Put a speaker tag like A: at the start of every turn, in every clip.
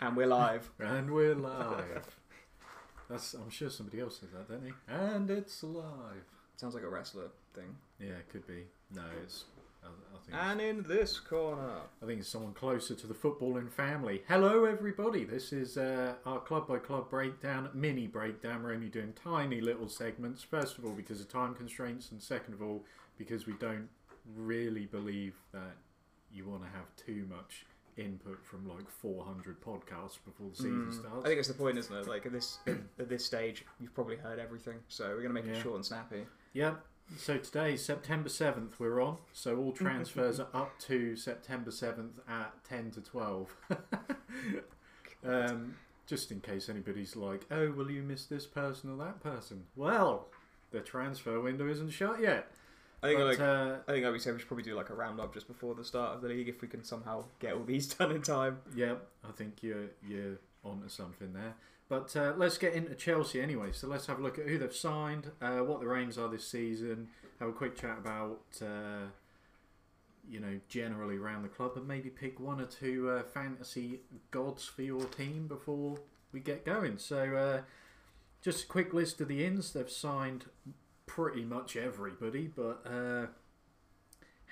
A: And we're live.
B: And we're live. That's I'm sure somebody else says that, don't they? And it's live.
A: Sounds like a wrestler thing.
B: Yeah, it could be. No, it's. I, I think.
A: And in this corner.
B: I think it's someone closer to the footballing family. Hello, everybody. This is uh, our club by club breakdown, mini breakdown. We're only doing tiny little segments. First of all, because of time constraints, and second of all, because we don't really believe that you want to have too much input from like 400 podcasts before the season starts.
A: Hmm. Mm. I think it's the point, isn't it? Like at this at this stage, you've probably heard everything, so we're gonna make it
B: Yeah.
A: short and snappy.
B: Yep. So today, September 7th, we're on. So all transfers are up to September 7th at 10 to 12. um, just in case anybody's like, oh, will you miss this person or that person? Well, the transfer window isn't shut yet.
A: I think
B: But,
A: like
B: uh,
A: I think like we said, we should probably do like a roundup just before the start of the league if we can somehow get all these done in time.
B: Yeah, I think you're you're onto something there. But uh, let's get into Chelsea anyway. So let's have a look at who they've signed, uh, what their aims are this season. Have a quick chat about uh, you know generally around the club, and maybe pick one or two uh, fantasy gods for your team before we get going. So uh, just a quick list of the ins they've signed. Pretty much everybody, but uh,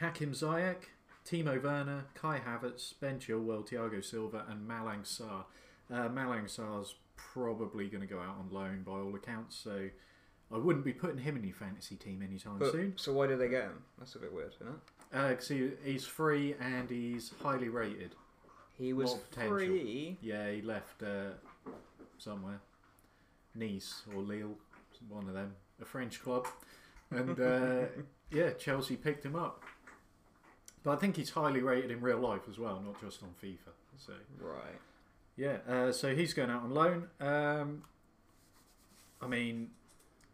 B: Hakim Ziyech, Timo Werner, Kai Havertz, Ben Chilwell, Thiago Silva, and Malang Sarr. Uh, Malang Sarr's probably going to go out on loan by all accounts, so I wouldn't be putting him in your fantasy team anytime soon.
A: But, so why did they get him? That's a bit weird, isn't it?
B: Uh, 'cause he, he's free and he's highly rated.
A: He was
B: More potential.
A: free.
B: Yeah, he left uh, somewhere, Nice or Lille, one of them, a French club, and uh, yeah, Chelsea picked him up. But I think he's highly rated in real life as well, not just on FIFA. So
A: Right.
B: yeah, uh, so he's going out on loan. Um, I mean,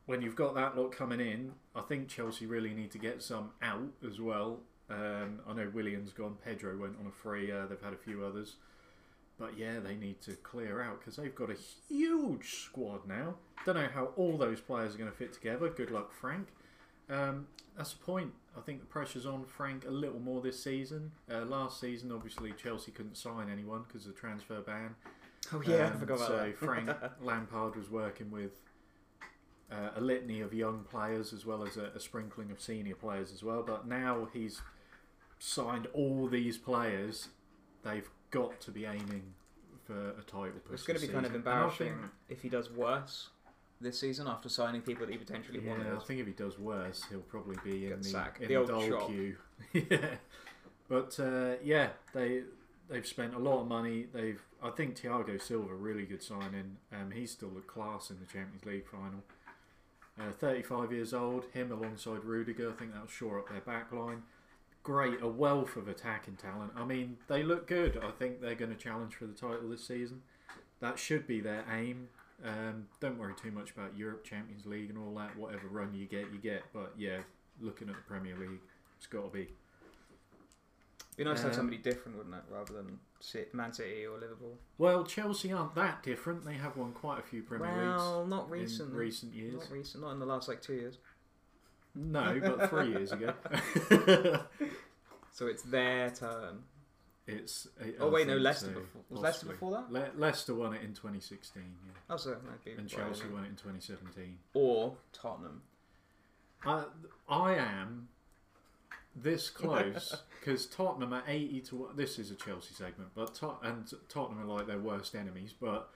B: when you've got that lot coming in, I think Chelsea really need to get some out as well. Um, I know Williams gone, Pedro went on a free. Uh, they've had a few others, but yeah, they need to clear out because they've got a huge squad now. Don't know how all those players are going to fit together. Good luck, Frank. Um, that's the point. I think the pressure's on Frank a little more this season. Uh, last season, obviously, Chelsea couldn't sign anyone because of the transfer ban.
A: Oh yeah, I
B: Um,
A: forgot about
B: so
A: that.
B: Frank Lampard was working with uh, a litany of young players as well as a, a sprinkling of senior players as well. But now he's signed all these players. They've got to be aiming for a title. push
A: It's going to
B: this
A: be kind of
B: season. And I
A: embarrassing
B: think-
A: if he does worse this season after signing people that he potentially
B: Yeah, I
A: wanted.
B: think if he does worse, he'll probably be in
A: Get
B: the
A: sacked.
B: in
A: The
B: the,
A: old
B: dole
A: chop.
B: queue. yeah, but uh, yeah, they they've spent a lot of money. They've I think Thiago Silva really good signing. Um, he's still at class in the Champions League final. Uh, 35 years old, him alongside Rudiger, I think that'll shore up their back line. Great, a wealth of attacking talent. I mean, they look good. I think they're going to challenge for the title this season. That should be their aim. Um, don't worry too much about Europe, Champions League, and all that. Whatever run you get, you get. But yeah, looking at the Premier League, it's got to be.
A: It'd be nice to have
B: Um,
A: somebody different, wouldn't it, rather than Ci- Man City or Liverpool?
B: Well, Chelsea aren't that different. They have won quite a few Premier
A: well, not
B: Leagues
A: recently.
B: in recent years.
A: Not recent. Not in the last like two years.
B: No, but three years ago.
A: So it's their turn.
B: It's.
A: oh
B: I
A: wait, no,
B: think
A: Leicester
B: so,
A: before. Was Leicester
B: possibly.
A: before that?
B: Le- Leicester won it in 2016, yeah.
A: Oh, so that'd be
B: and
A: right,
B: Chelsea
A: isn't it?
B: won it in 2017.
A: or Tottenham.
B: I, Uh, I am this close because Tottenham are 80 to one. This is a Chelsea segment, but Tot- and Tottenham are like their worst enemies. But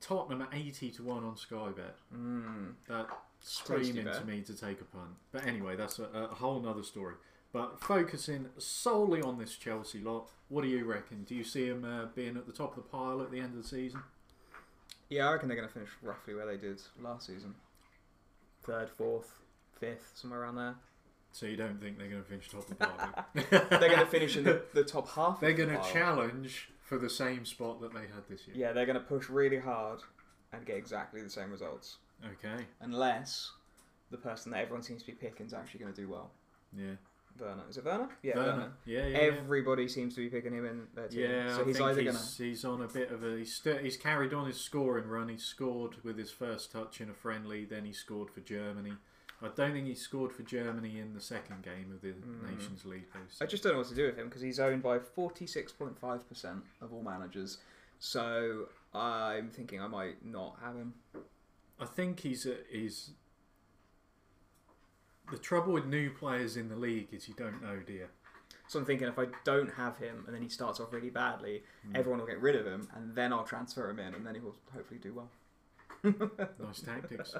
B: Tottenham are 80 to one on Sky Bet.
A: Mm.
B: That
A: tasty
B: screaming
A: bet.
B: to me to take a punt. But anyway, that's a, a whole nother story. But focusing solely on this Chelsea lot, what do you reckon? Do you see them uh, being at the top of the pile at the end of the season?
A: Yeah, I reckon they're going to finish roughly where they did last season. Third, fourth, fifth, somewhere around there.
B: So you don't think they're going to finish top of the pile?
A: They're going to finish in the, the top half. of
B: They're
A: the
B: going to
A: pile.
B: challenge for the same spot that they had this year.
A: Yeah, they're going to push really hard and get exactly the same results,
B: Okay.
A: unless the person that everyone seems to be picking is actually going to do well.
B: Yeah.
A: Werner, is it Werner? Yeah, Werner.
B: Werner. Yeah, yeah.
A: Everybody seems to be picking him in their team.
B: yeah. yeah,
A: so
B: I
A: he's
B: think
A: either
B: he's,
A: going to
B: he's on a bit of a. He's, st- he's carried on his scoring run. He scored with his first touch in a friendly, then he scored for Germany. I don't think he scored for Germany in the second game of the
A: Mm-hmm.
B: Nations League. Though, so-
A: I just don't know what to do with him because he's owned by 46.5% of all managers, So I'm thinking I might not have him.
B: I think he's a, he's. The trouble with new players in the league is you don't know, do you?
A: So I'm thinking if I don't have him and then he starts off really badly,
B: Hmm.
A: everyone will get rid of him and then I'll transfer him in and then he will hopefully do well.
B: Nice tactics.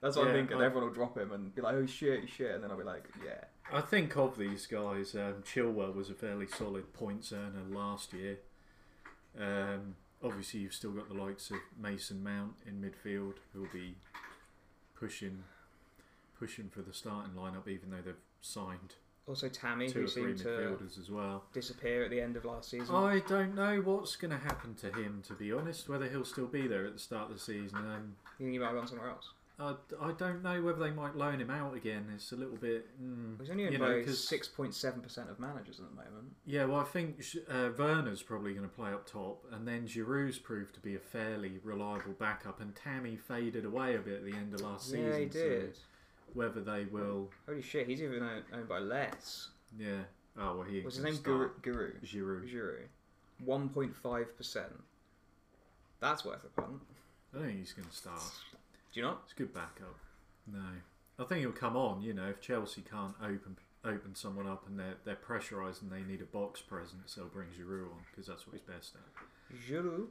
A: That's what I'm
B: Yeah,
A: thinking.
B: I-
A: Everyone will drop him and be like, oh shit, shit. And then I'll be like, yeah.
B: I think of these guys, um, Chilwell was a fairly solid points earner last year. Um, obviously, you've still got the likes of Mason Mount in midfield, who'll be pushing pushing for the starting lineup, even though they've signed
A: Also, Tammy,
B: two
A: who
B: or three Oh,
A: seemed to
B: midfielders as well.
A: disappear at the end of last season.
B: I don't know what's going to happen to him, to be honest. Whether he'll still be there at the start of the season, um,
A: You think he might have gone somewhere else?
B: I, I don't know whether they might loan him out again. It's a little bit, mm,
A: He's only in
B: you
A: by
B: know, because
A: 6.7% of managers at the moment.
B: Yeah, well, I think Sh- uh, Werner's probably going to play up top, and then Giroud's proved to be a fairly reliable backup, and Tammy faded away a bit at the end of last season.
A: yeah, he
B: so
A: did.
B: whether they will,
A: Holy shit, he's even owned, owned by less.
B: yeah. Oh well, he
A: What's his
B: can
A: name? Guru,
B: start.
A: Guru.
B: Giroud.
A: Giroud. 1.5%. That's worth a punt.
B: I don't think he's going to start.
A: Do you not?
B: It's a good backup. No, I think he'll come on. You know, if Chelsea can't open open someone up and they're they're pressurised and they need a box presence, they'll bring Giroud on because that's what he's best at.
A: Giroud.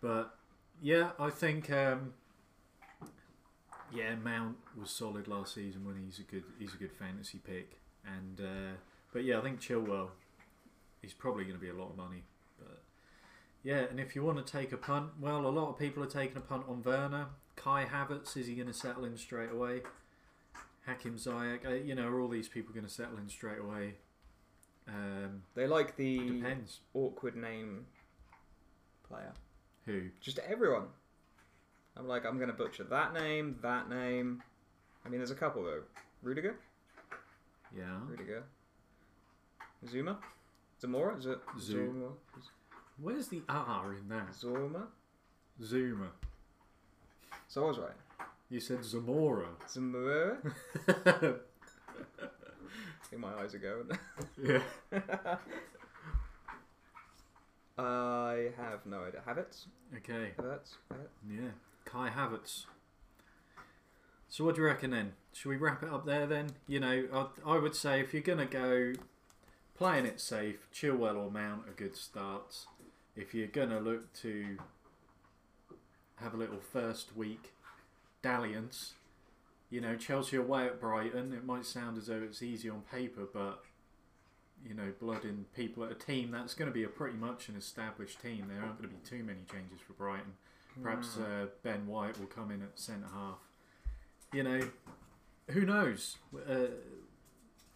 B: But yeah, I think um, yeah, Mount was solid last season when he's a good he's a good fantasy pick. And uh, but yeah, I think Chilwell, he's probably going to be a lot of money. But yeah, and if you want to take a punt, well, a lot of people are taking a punt on Werner. Kai Havertz is he going to settle in straight away? Hakim Ziyech, uh, you know, are all these people going to settle in straight away? Um,
A: They like the
B: depends
A: awkward name player.
B: who.
A: Just everyone. I'm like, I'm going to butcher that name, that name. I mean, there's a couple though. Rudiger?
B: Yeah,
A: Rudiger. Zuma? Zamora? Z-
B: Zu- where's the R in that?
A: Zorma?
B: Zuma.
A: So I was right.
B: You said Zamora.
A: Zamora? I think my eyes are going.
B: yeah.
A: I have no idea. Havertz?
B: Okay.
A: Havertz? Havertz?
B: Yeah. Kai Havertz. So what do you reckon then? Should we wrap it up there then? You know, I, I would say if you're gonna go playing it safe, Chilwell or Mount are good starts. If you're gonna look to have a little first week dalliance, you know, Chelsea away at Brighton. It might sound as though it's easy on paper, but you know, blood in people at a team that's going to be a pretty much an established team. There aren't going to be too many changes for Brighton. Perhaps uh, Ben White will come in at centre half. You know, who knows uh,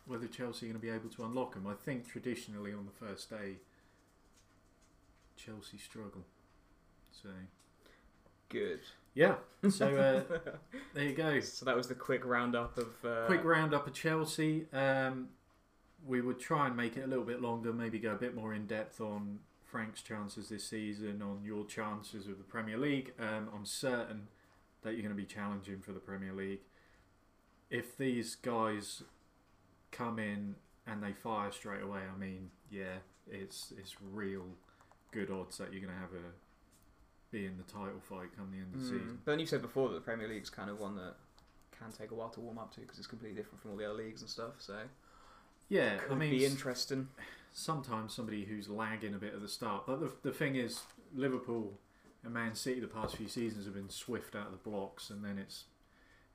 B: whether Chelsea are going to be able to unlock him. I think traditionally on the first day, Chelsea struggle. So
A: Good.
B: yeah, so uh, there you go.
A: So that was the quick roundup of. Uh,
B: Quick roundup of Chelsea. Um, we would try and make it a little bit longer, maybe go a bit more in depth on Frank's chances this season, on your chances of the Premier League. Um, I'm certain that you're going to be challenging for the Premier League. If these guys come in and they fire straight away, I mean, yeah, it's it's real good odds that you're going to have a be in the title fight come the end of the
A: Mm.
B: season.
A: But then you said before that the Premier League's kind of one that can take a while to warm up to because it's completely different from all the other leagues and stuff. So
B: Yeah,
A: could
B: I mean,
A: be
B: s-
A: interesting.
B: sometimes somebody who's lagging a bit at the start. But the, the thing is, Liverpool and Man City the past few seasons have been swift out of the blocks, and then it's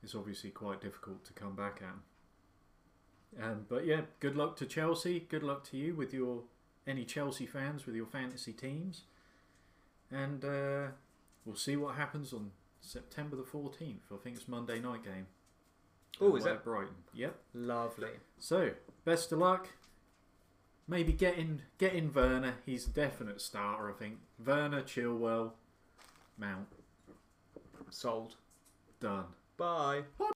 B: it's obviously quite difficult to come back at 'em. Um, but yeah, good luck to Chelsea. Good luck to you with your any Chelsea fans with your fantasy teams, and uh, we'll see what happens on September the fourteenth. I think it's Monday night game.
A: Oh, is
B: Away
A: it?
B: at Brighton? Yep.
A: Lovely.
B: So, best of luck. Maybe get in, get in Werner. He's a definite starter, I think. Werner, Chilwell, Mount.
A: Sold.
B: Done.
A: Bye.
B: Bye